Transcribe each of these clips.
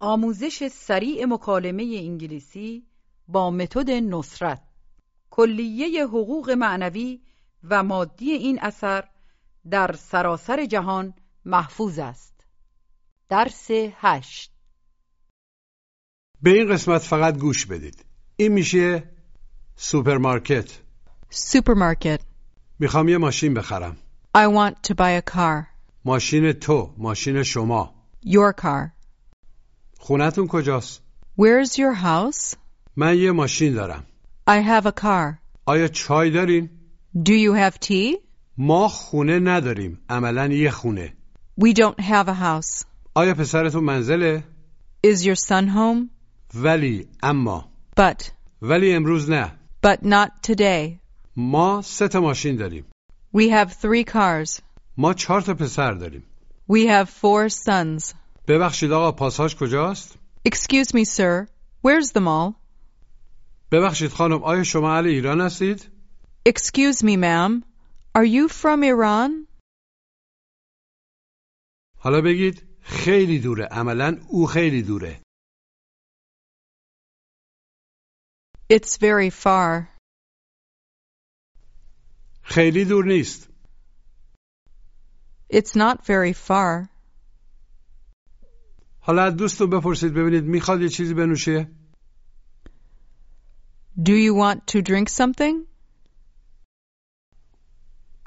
آموزش سریع مکالمه انگلیسی با متد نصرت کلیه حقوق معنوی و مادی این اثر در سراسر جهان محفوظ است درس هشت به این قسمت فقط گوش بدید این میشه سوپرمارکت Supermarket. میخوام یه ماشین بخرم I want to buy a car. ماشین تو ماشین شما Your car. خونتون کجاست Where's your house? من یه ماشین دارم I have a car. آیا چای دارین Do you have tea? ما خونه نداریم عملا یه خونه We don't have a house. آیا پسرتون منزله Is your son home? ولی اما But, ولی امروز نه but not today. ما سه تا ماشین داریم We have three cars. ما چهار تا پسر داریم We have four sons. ببخشید آقا پاساژ کجاست Excuse me, sir. Where's the mall? ببخشید خانم آیا شما اهل ایران هستید Excuse me, ma'am. Are you from Iran? حالا بگید خیلی دوره عملا او خیلی دوره It's very far. خیلی دور نیست It's not very far. حالا از دوستون بپرسید ببینید میخواد یه چیزی بنوشه Do you want to drink something?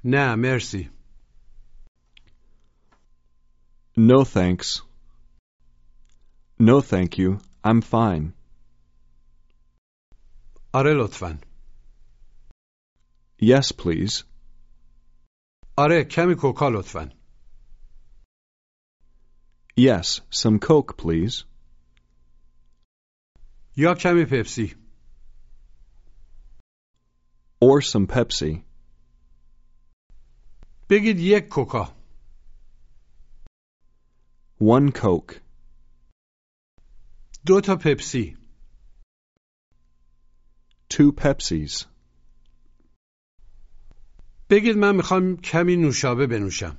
نه مرسی No thanks. No thank you. I'm fine. آره لطفا Yes, please. آره کمی کوکا لطفا Yes, some Coke, please. یا کمی پپسی Or some Pepsi. بگید یک کوکا One Coke. دو تا پپسی Two Pepsis. بگید من میخوام کمی نوشابه بنوشم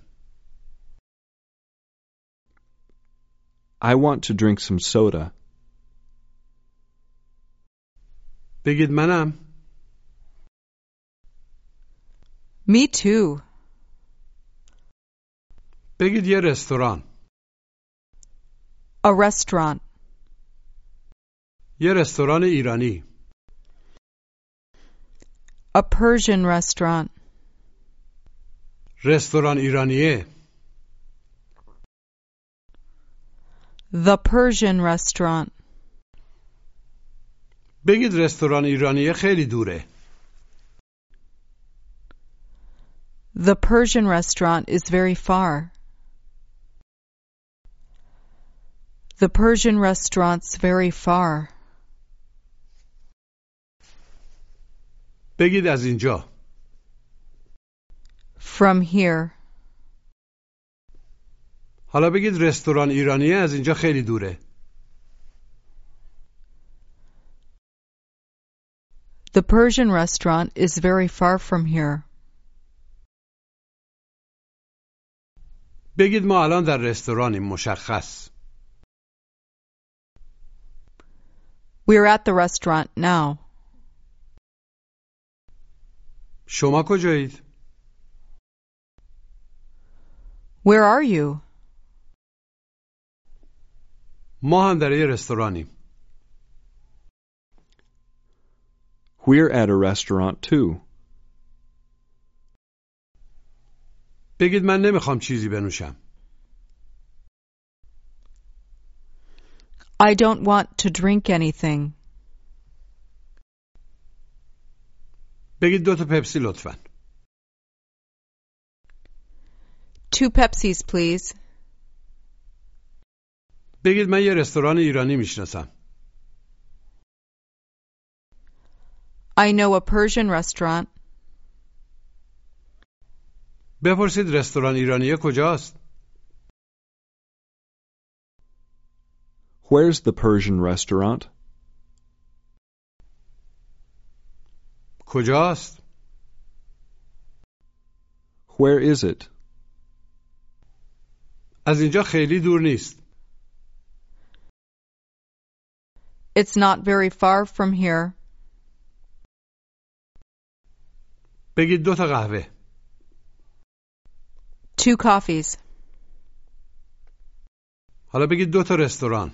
I want to drink some soda. بگید منم Me too. بگید یه رستوران A restaurant. یه رستوران ایرانی A Persian restaurant. رستوران ایرانیه The Persian restaurant. بگید رستوران ایرانیه خیلی دوره The Persian restaurant is very far. The Persian restaurant's very far. بگید از اینجا From here. حالا بگید رستوران ایرانیه از اینجا خیلی دوره The Persian restaurant is very far from here. بگید ما الان در رستورانیم مشخص We're at the restaurant now. شما کجایید Where are you? ما هم در یه رستورانیم We're at a restaurant, too. بگید من نمیخوام چیزی بنوشم I don't want to drink anything. بگید دو تا پپسی لطفا Two Pepsis, please. بگید من یه رستوران ایرانی میشناسم I know a Persian restaurant. بپرسید رستوران ایرانی کجاست Where's the Persian restaurant? کجاست Where is it? از اینجا خیلی دور نیست It's not very far from here. بگید دو تا قهوه Two coffees. حالا بگید دو تا رستوران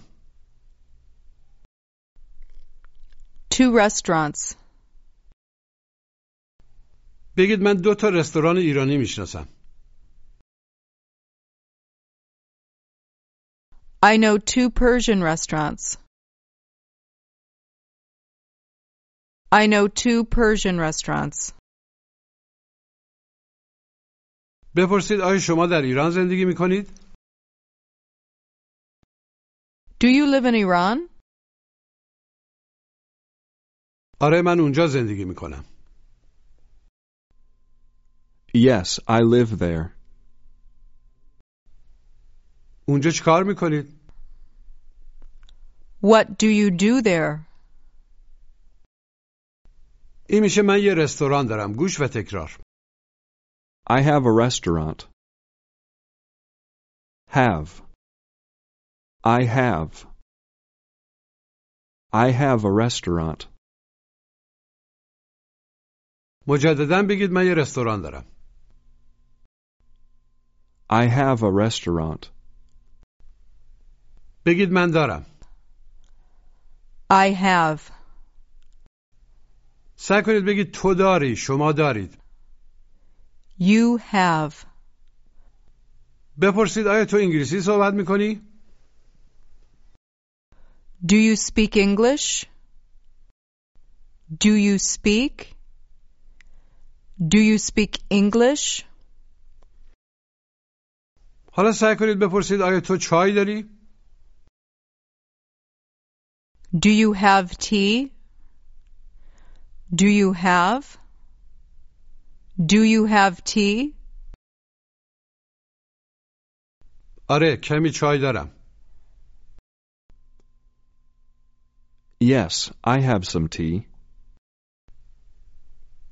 Two restaurants. بگید من دو تا رستوران ایرانی میشناسم I know two Persian restaurants. I know two Persian restaurants. بپرسید آیا شما در ایران زندگی میکنید؟ Do you live in Iran? آره من اونجا زندگی میکنم Yes, I live there. اونجا چیکار میکنید؟ What do you do there? این میشه من یه رستوران دارم گوش و تکرار I have a restaurant. Have. I have. I have a restaurant. مجددا بگید من یه رستوران دارم I have a restaurant. بگید من دارم I have. سعی کنید بگید تو داری شما دارید You have. بپرسید آیا تو انگلیسی صحبت میکنی؟ Do you speak English? Do you speak? Do you speak English? حالا سعی کنید بپرسید آیا تو چای داری؟ Do you have tea? Do you have? Do you have tea? آره کمی چای دارم Yes, I have some tea.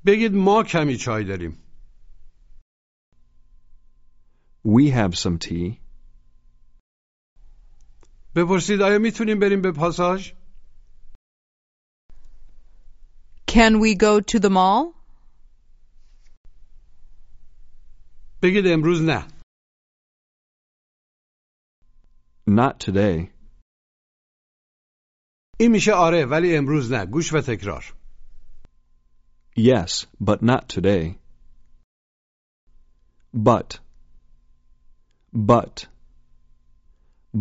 بگید ما کمی چای داریم We have some tea. بپرسید آیا میتونیم بریم به پاساژ؟ Can we go to the mall? بگید امروز نه Not today. این میشه آره ولی امروز نه گوش و تکرار Yes, but not today. But. But.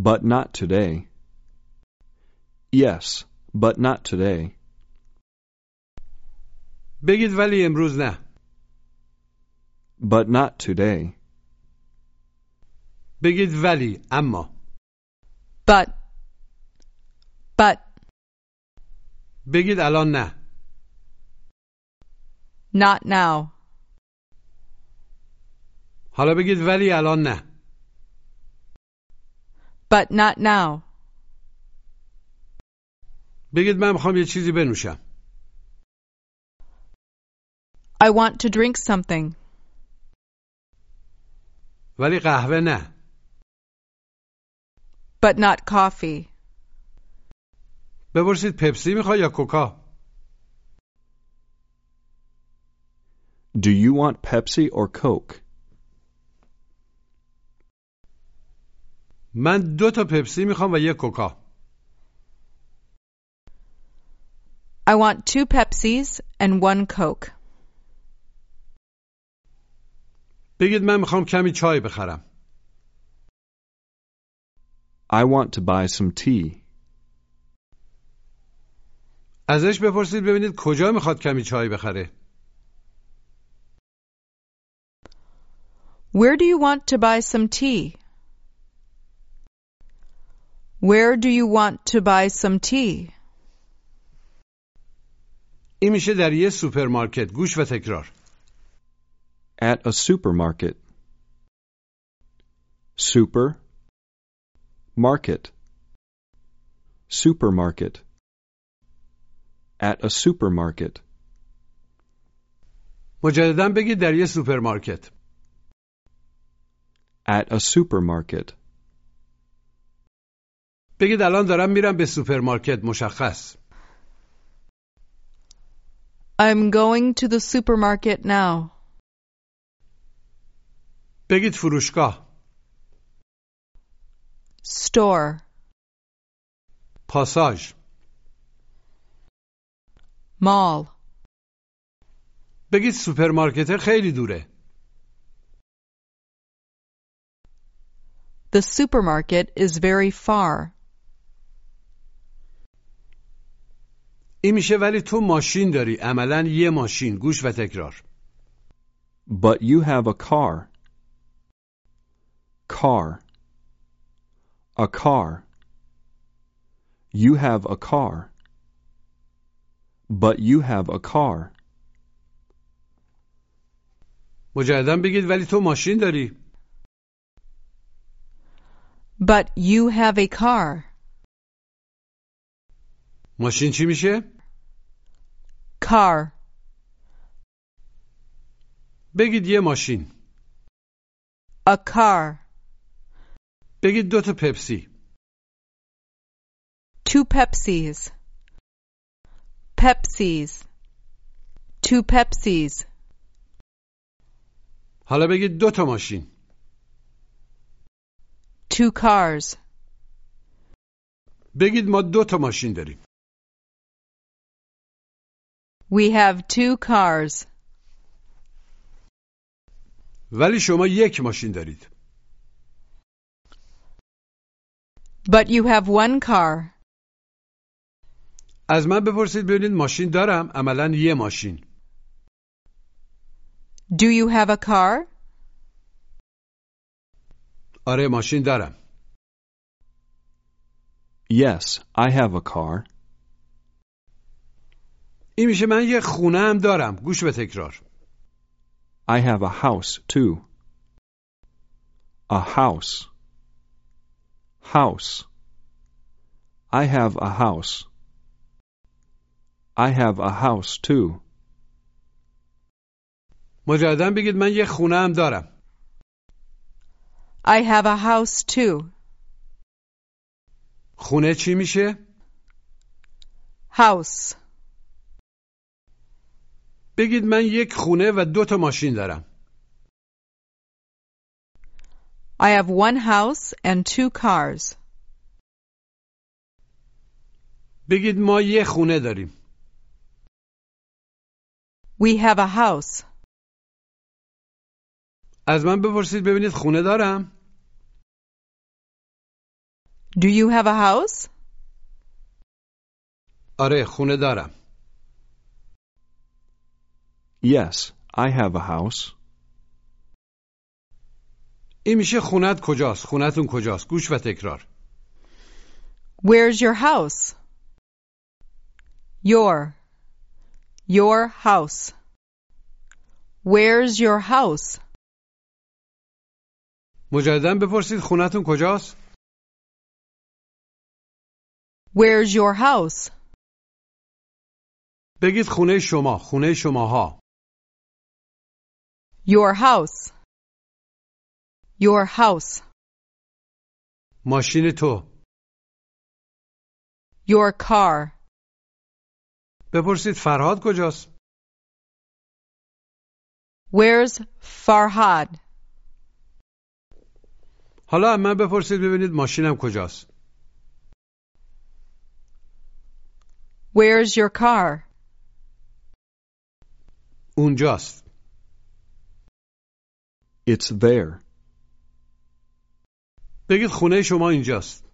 But not today. Yes, but not today. بگید ولی امروز نه But not today. بگید ولی اما But. But. بگید الان نه Not now. حالا بگید ولی الان نه But not now. بگید من میخوام یه چیزی بنوشم I want to drink something. ولی قهوه نه But not coffee. بپرسید پپسی میخوای یا کوکا Do you want Pepsi or Coke? من دو تا پپسی میخوام و یه کوکا I want two Pepsis and one Coke. بگید من میخوام کمی چای بخرم I want to buy some tea. ازش بپرسید ببینید کجا میخواد کمی چای بخره Where do you want to buy some tea? Where do you want to buy some tea? این میشه در یه سوپرمارکت گوش و تکرار At a supermarket. Super. Market. Supermarket. At a supermarket. مجددا بگید در یه سوپرمارکت At a supermarket. بگید الان دارم میرم به سوپرمارکت مشخص I'm going to the supermarket now. بگید فروشگاه Store. پاساژ Mall. بگید سوپرمارکت خیلی دوره The supermarket is very far. این میشه ولی تو ماشین داری عملا یه ماشین گوش و تکرار But you have a car. Car. A car. You have a car. But you have a car. مجددا بگید ولی تو ماشین داری But you have a car. ماشین چی میشه Car. بگید یه ماشین A car. بگید دو تا پپسی Two Pepsis. Pepsis. Two Pepsis. حالا بگید دو تا ماشین Two cars. بگید ما دو تا ماشین داریم We have two cars. ولی شما یک ماشین دارید But you have one car. از من بپرسید ببینید ماشین دارم عملا یه ماشین Do you have a car? آره ماشین دارم Yes, I have a car. این میشه من یه خونه هم دارم گوش به تکرار I have a house too. A house. House. I have a house. I have a house too. مجددا بگید من یه خونه هم دارم I have a house too. خونه چی میشه House. بگید من یک خونه و دو تا ماشین دارم I have one house and two cars. بگید ما یه خونه داریم We have a house. از من بپرسید ببینید خونه دارم Do you have a house? آره خونه دارم Yes, I have a house. این میشه خونت کجاست خونتون کجاست گوش و تکرار Where's your house? Your. Your house. Where's your house? مجددا بپرسید خونتون کجاست Where's your house? بگید خونه شما خونه شماها Your house. Your house. ماشین تو Your car. بپرسید فرهاد کجاست Where's Farhad? حالا از من بپرسید ببینید ماشینم کجاست Where's your car? اونجاست It's there. بگید خونه شما اینجاست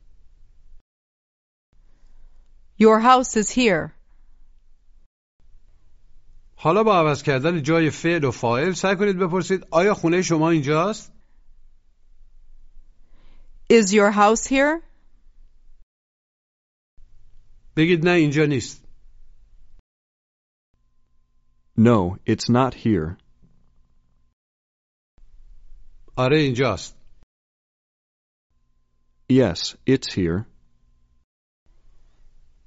Your house is here. حالا با عوض کردن جای فعل و فاعل سعی کنید بپرسید آیا خونه شما اینجاست Is your house here? بگید نه اینجا نیست No, it's not here. آره اینجاست Yes, it's here.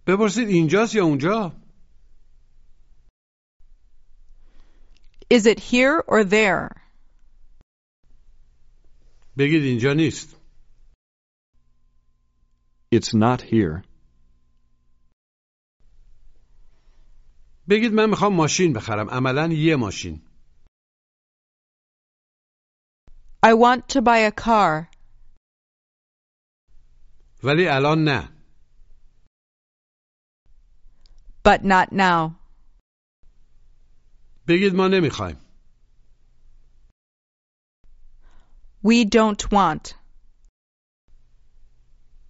بپرسید اینجاست یا اونجا Is it here or there? بگید اینجا نیست It's not here. بگید من میخوام ماشین بخرم عملا یه ماشین I want to buy a car, ولی الان نه but not now. بگید ما نمیخوایم We don't want.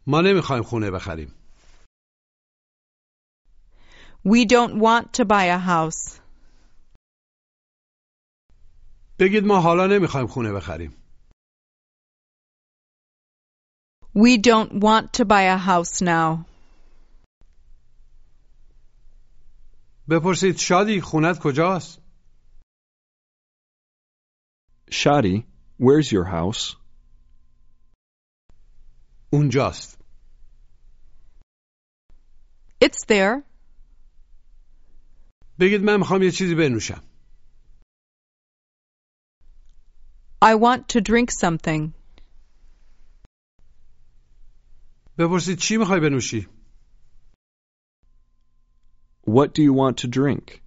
ما نمیخوایم خونه بخریم We don't want to buy a house. بگید ما حالا نمیخوایم خونه بخریم We don't want to buy a house now. بپرسید شادی خونت کجاست Shadi, where's your house? اونجاست It's there. بگید من میخوام یه چیزی بنوشم I want to drink something. بپرسید چی میخوای بنوشی What do you want to drink?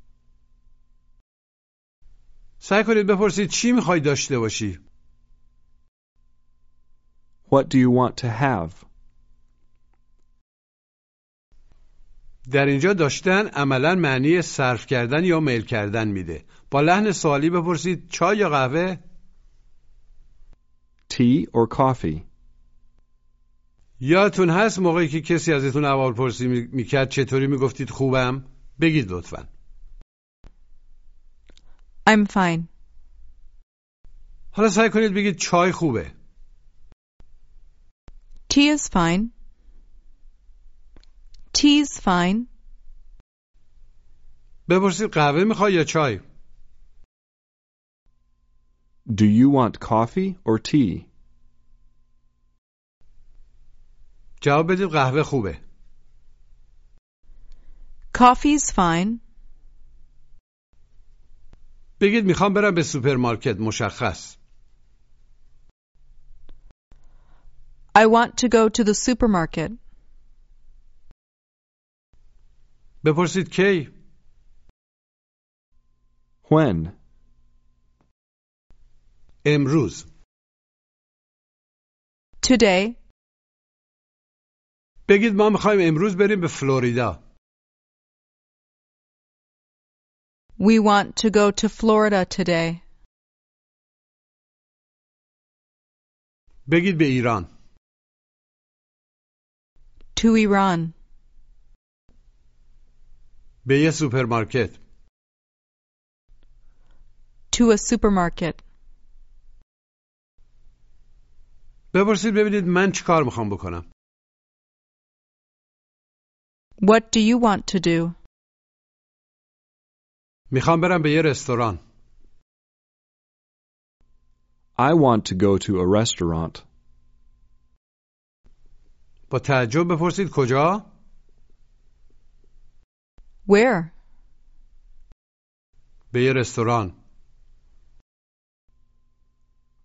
سعی کنید بپرسید چی میخوای داشته باشی What do you want to have? در اینجا داشتن عملا معنی صرف کردن یا میل کردن میده با لحن سوالی بپرسید چای یا قهوه Tea or coffee? یادتون هست موقعی که کسی ازتون اول پرسی میکرد چطوری میگفتید خوبم بگید لطفا I'm fine. حالا سعی کنید بگید چای خوبه Tea is fine. Tea's fine. بپرسید قهوه میخوای یا چای Do you want coffee or tea? جواب بدید قهوه خوبه Coffee's fine. بگید میخوام برم به سوپرمارکت مشخص I want to go to the supermarket. بپرسید کی When? امروز Today, بگید ما میخوایم امروز بریم به فلوریدا we want to go to Florida today. بگید به ایران To Iran. به یه سوپرمارکت To a supermarket. بپرسید ببینید من چیکار میخوام بکنم What do you want to do? میخوام برم به یه رستوران I want to go to a restaurant. با تعجب بپرسید کجا Where? به یه رستوران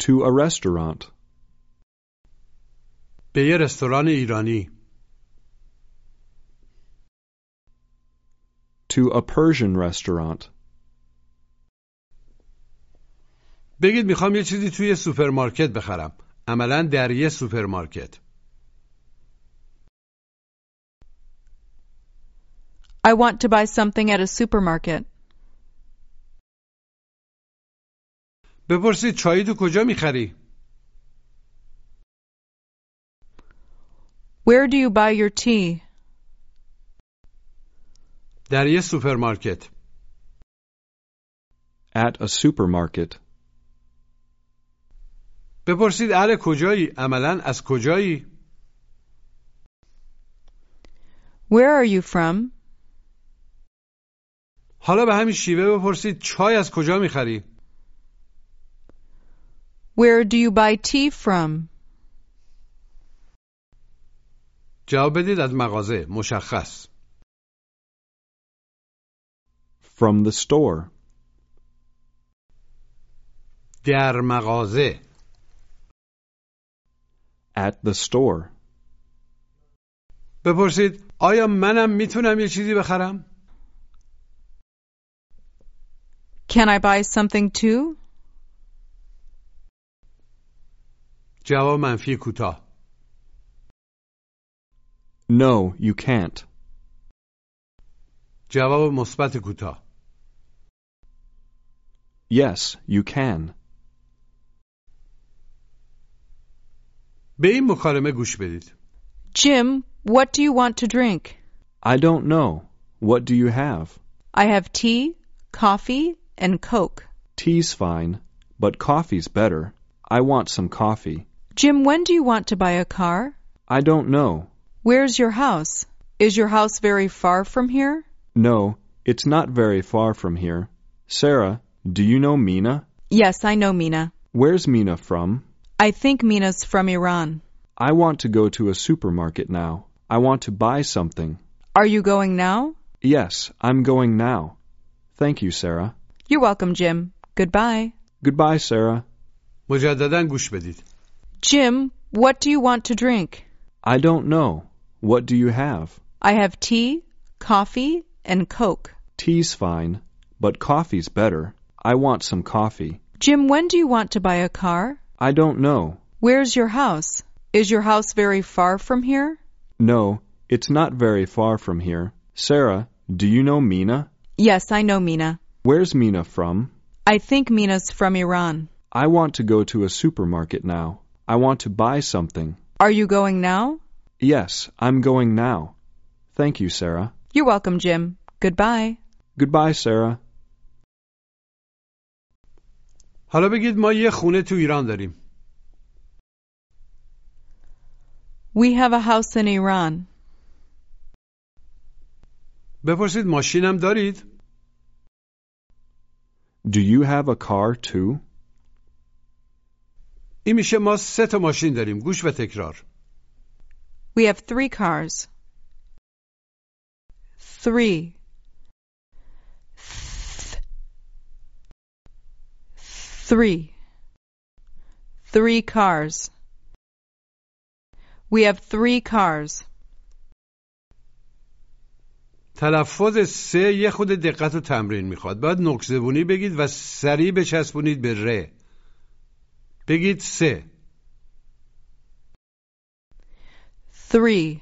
To a restaurant. به یه رستوران ایرانی To a Persian restaurant. بگید میخوام یه چیزی توی سوپرمارکت بخرم عملا در یه سوپرمارکت I want to buy something at a supermarket. بپرسید چایی تو کجا میخری Where do you buy your tea? در یه سوپرمارکت At a supermarket. بپرسید اهل کجایی عملا از کجایی Where are you from? حالا به همین شیوه بپرسید چای از کجا میخری Where do you buy tea from? جواب بدید از مغازه مشخص From the store. در مغازه At the store. بپرسید آیا منم میتونم یه چیزی بخرم؟ Can I buy something too? جواب منفی کوتاه. No, you can't. جواب مثبت کوتاه. Yes, you can. به این مکالمه گوش بدید. Jim, what do you want to drink? I don't know. What do you have? I have tea, coffee, and Coke. Tea's fine, but coffee's better. I want some coffee. Jim, when do you want to buy a car? I don't know. Where's your house? Is your house very far from here? No, it's not very far from here. Sarah, do you know Mina? Yes, I know Mina. Where's Mina from? I think Mina's from Iran. I want to go to a supermarket now. I want to buy something. Are you going now? Yes, I'm going now. Thank you, Sarah. You're welcome, Jim. Goodbye. Goodbye, Sarah. مجددا گوش بدید. Jim, what do you want to drink? I don't know. What do you have? I have tea, coffee, and Coke. Tea's fine, but coffee's better. I want some coffee. Jim, when do you want to buy a car? I don't know. Where's your house? Is your house very far from here? No, it's not very far from here. Sarah, do you know Mina? Yes, I know Mina. Where's Mina from? I think Mina's from Iran. I want to go to a supermarket now. I want to buy something. Are you going now? Yes, I'm going now. Thank you, Sarah. You're welcome, Jim. Goodbye. Goodbye, Sarah. حالا بگید ما یه خونه تو ایران داریم. We have a house in Iran. بپرسید ماشینم دارید؟ Do you have a car too? این میشه ما سه تا ماشین داریم. گوش و تکرار. We have three cars. Three. Th- Three. Three cars. We have three cars. تلفظ سه یه خود دقت و تمرین میخواد. باید نکزبونی بگید و سریع بچسبونید به ر. بگید سه. Three.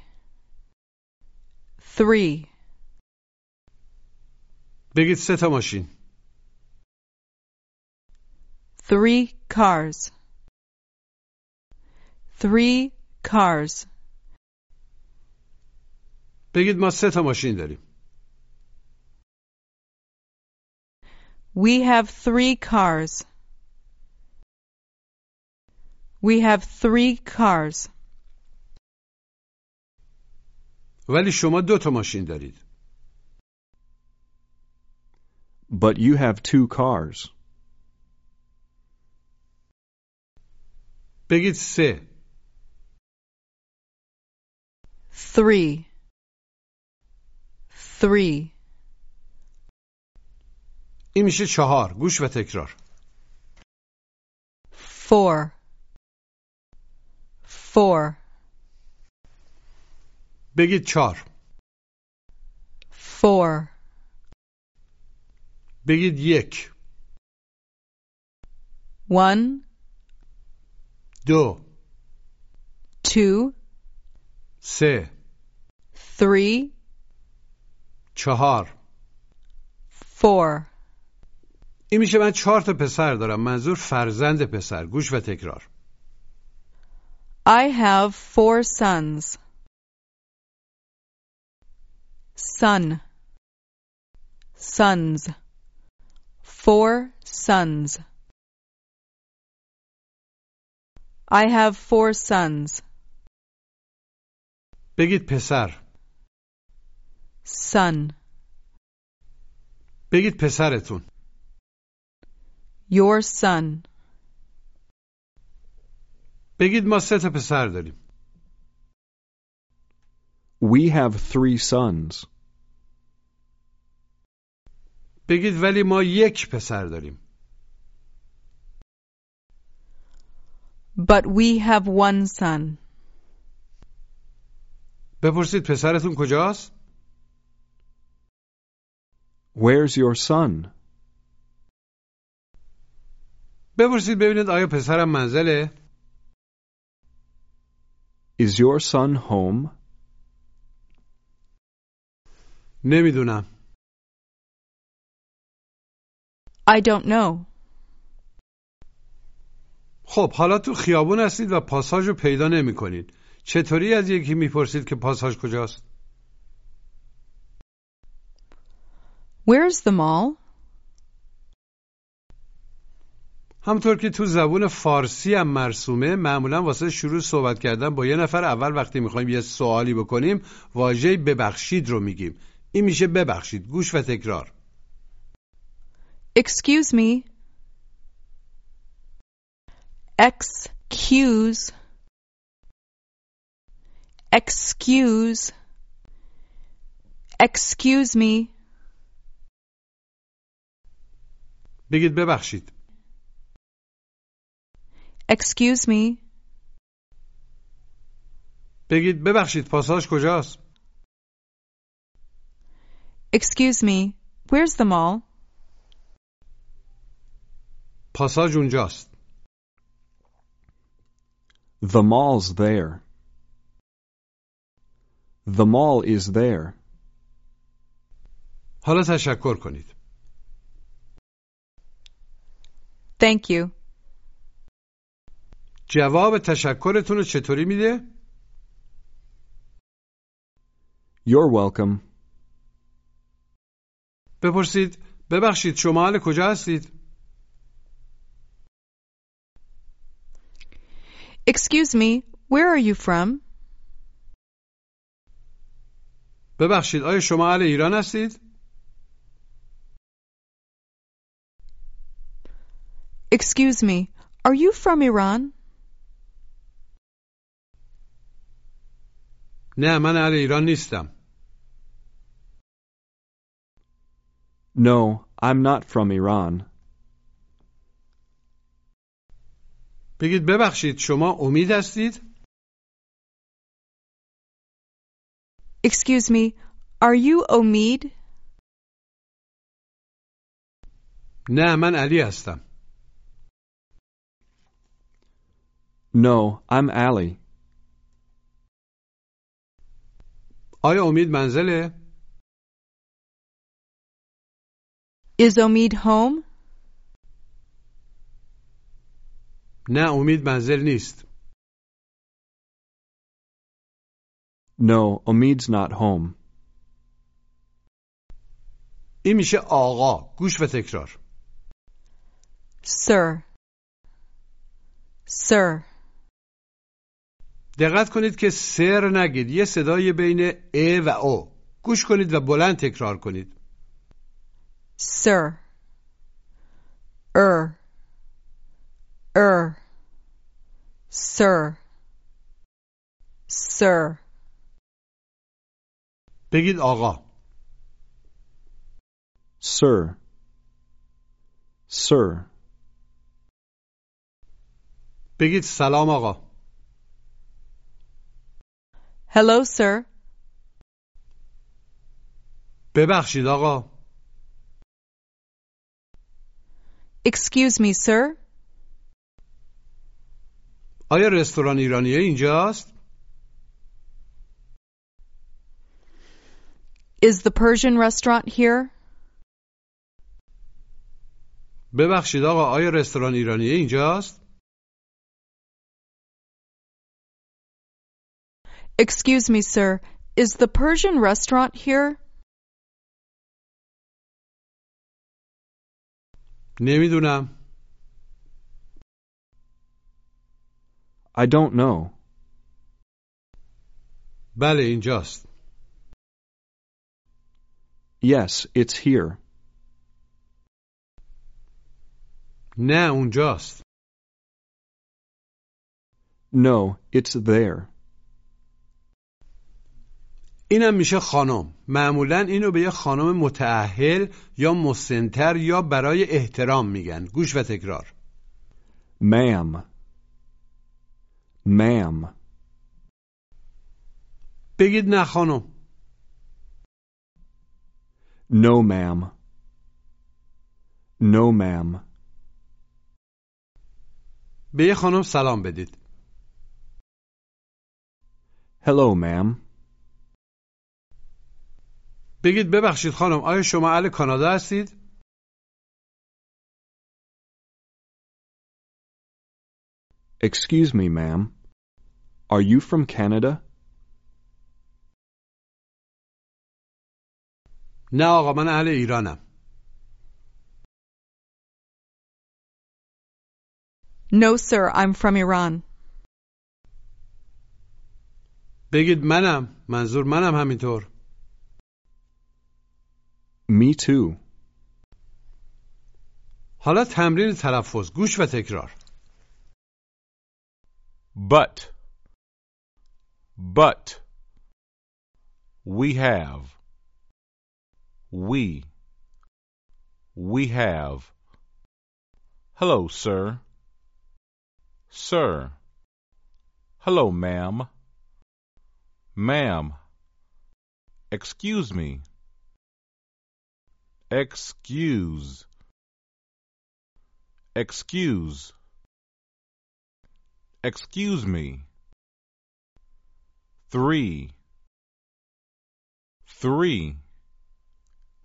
Three. بگید سه تا ماشین. Three cars. Three cars. بگید ما سه تا ماشین داریم. We have three cars. We have three cars, ولی شما دو تا ماشین دارید. But you have two cars. بگید سه. three, three. این میشه چهار. گوش و تکرار. Four, four, بگید چهار. four, بگید یک. one, دو. two, سه. three, چهار. four. این میشه من چهار تا پسر دارم. منظور فرزند پسر. گوش و تکرار. I have four sons. Son. Sons. Four sons. I have four sons. بگید پسر. Son. بگید پسرتون. Your son. بگید ما سه تا پسر داریم. We have three sons. بگید ولی ما یک پسر داریم. But we have one son. بپرسید پسرتون کجاست؟ Where's your son? بپرسید ببینید آیا پسرم منزله؟ Is your son home? نمیدونم. I don't know. خب حالا تو خیابون هستید و پاساژ رو پیدا نمی کنید. چطوری از یکی میپرسید که پاساژ کجاست؟ Where's the mall? همطور که تو زبون فارسی هم مرسومه معمولا واسه شروع صحبت کردن با یه نفر اول وقتی میخوایم یه سوالی بکنیم واژه ببخشید رو میگیم این میشه ببخشید گوش و تکرار Excuse me. Excuse. Excuse. Excuse me. بگید ببخشید Excuse me. بگید ببخشید پاساژ کجاست Excuse me. Where's the mall? پاساژ اونجاست The mall's there. The mall is there. حالا تشکر کنید Thank you. جواب تشکرتون رو چطوری میده You're welcome. بپرسید ببخشید شما اهل کجا هستید Excuse me. Where are you from? ببخشید آیا شما اهل ایران هستید Excuse me. Are you from Iran? نه من اهل ایران نیستم No, I'm not from Iran. بگید ببخشید شما امید هستید Excuse me. Are you Omid? نه من علی هستم No, I'm Ali. آیا امید منزله Is Omid home? نه امید منزل نیست No, Omid's not home. این میشه آقا گوش و تکرار Sir. Sir. دقت کنید که سر نگید یه صدای بین ا و او گوش کنید و بلند تکرار کنید Sir. Er. Er. Sir. Sir. بگید آقا Sir. Sir. بگید سلام آقا Hello, sir. ببخشید آقا Excuse me, sir. آیا رستوران ایرانیه اینجاست Is the Persian restaurant here? ببخشید آقا آیا رستوران ایرانیه اینجاست Excuse me, sir. Is the Persian restaurant here? نمیدونم I don't know. بله اینجاست Yes, it's here. نه اونجاست No, it's there. اینم میشه خانم معمولا اینو به یه خانم متعهل یا مسنتر یا برای احترام میگن گوش و تکرار Ma'am. Ma'am. بگید نه خانم No, ma'am. No, ma'am. به یه خانم سلام بدید Hello, ma'am. بگید ببخشید خانم آیا شما اهل کانادا هستید؟ Excuse me, ma'am. Are you from Canada? نه آقا من اهل ایرانم No, sir, I'm from Iran. بگید منم منظور منم همینطور Me too. حالا تمرین تلفظ گوش و تکرار But, but, we have, we, we have. Hello, sir. Sir. Hello, ma'am. Ma'am. Excuse me. Excuse. Excuse. Excuse me. Three. Three.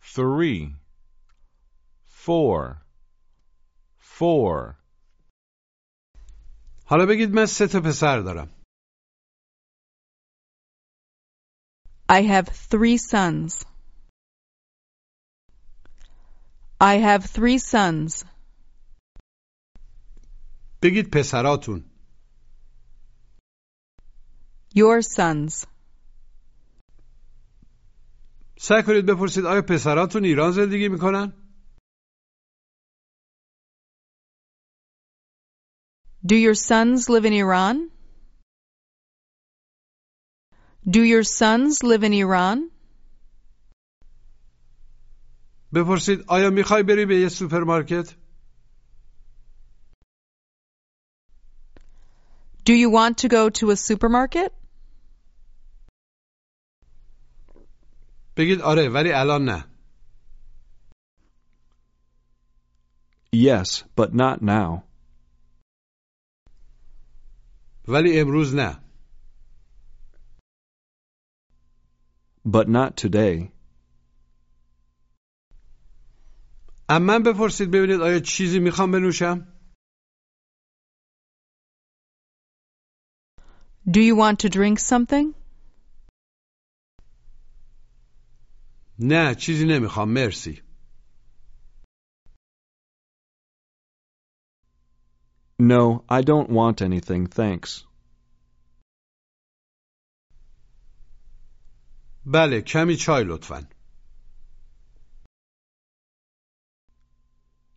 Three. Four. Four. حالا بگید من سه تا پسر دارم I have three sons. I have three sons. بگید پسراتون Your sons. سعی کنید بپرسید آیا پسراتون ایران زندگی میکنن؟ Do your sons live in Iran? Do your sons live in Iran? بپرسید آیا میخوای بری به یه سوپرمارکت؟ Do you want to go to a supermarket? بگید آره ولی الان نه Yes, but not now. ولی امروز نه But not today. اما بپرسید ببینید آیا چیزی میخوام بنوشم؟ Do you want to drink something? نه چیزی نمیخوام مرسی No, I don't want anything, thanks. بله کمی چای لطفا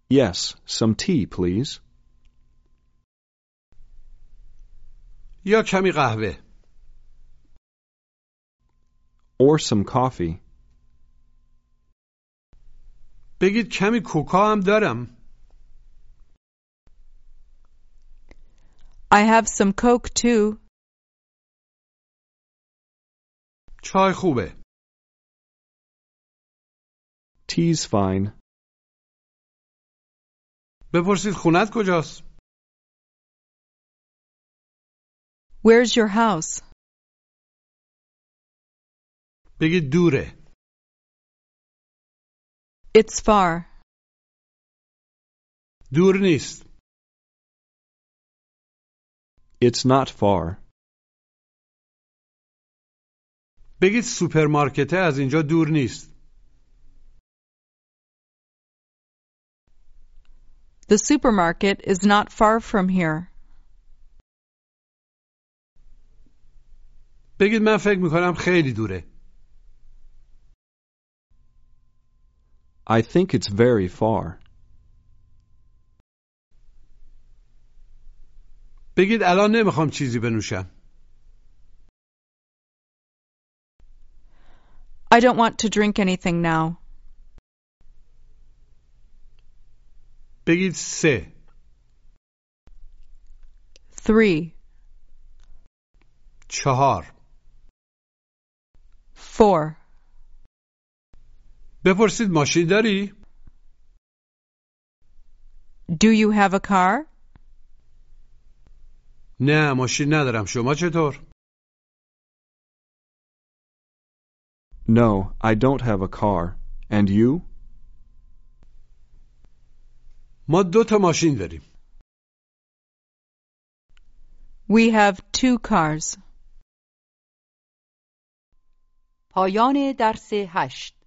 Yes, some tea, please. یا کمی قهوه Or some coffee. بگید کمی کوکا هم دارم I have some Coke too. چای خوبه Tea's fine. بپرسید خونت کجاست؟ Where's your house? بگید دوره It's far. دور نیست It's not far. بگید سوپرمارکته از اینجا دور نیست The supermarket is not far from here. بگید من فکر میکنم خیلی دوره I think it's very far. بگید الان نمیخوام چیزی بنوشم I don't want to drink anything now. بگید سه Three, چهار 4. بپرسید ماشین داری؟ Do you have a car? نه ماشین ندارم شما چطور؟ No, I don't have a car. And you? ما دو تا ماشین داریم We have two cars. پایان درس هشت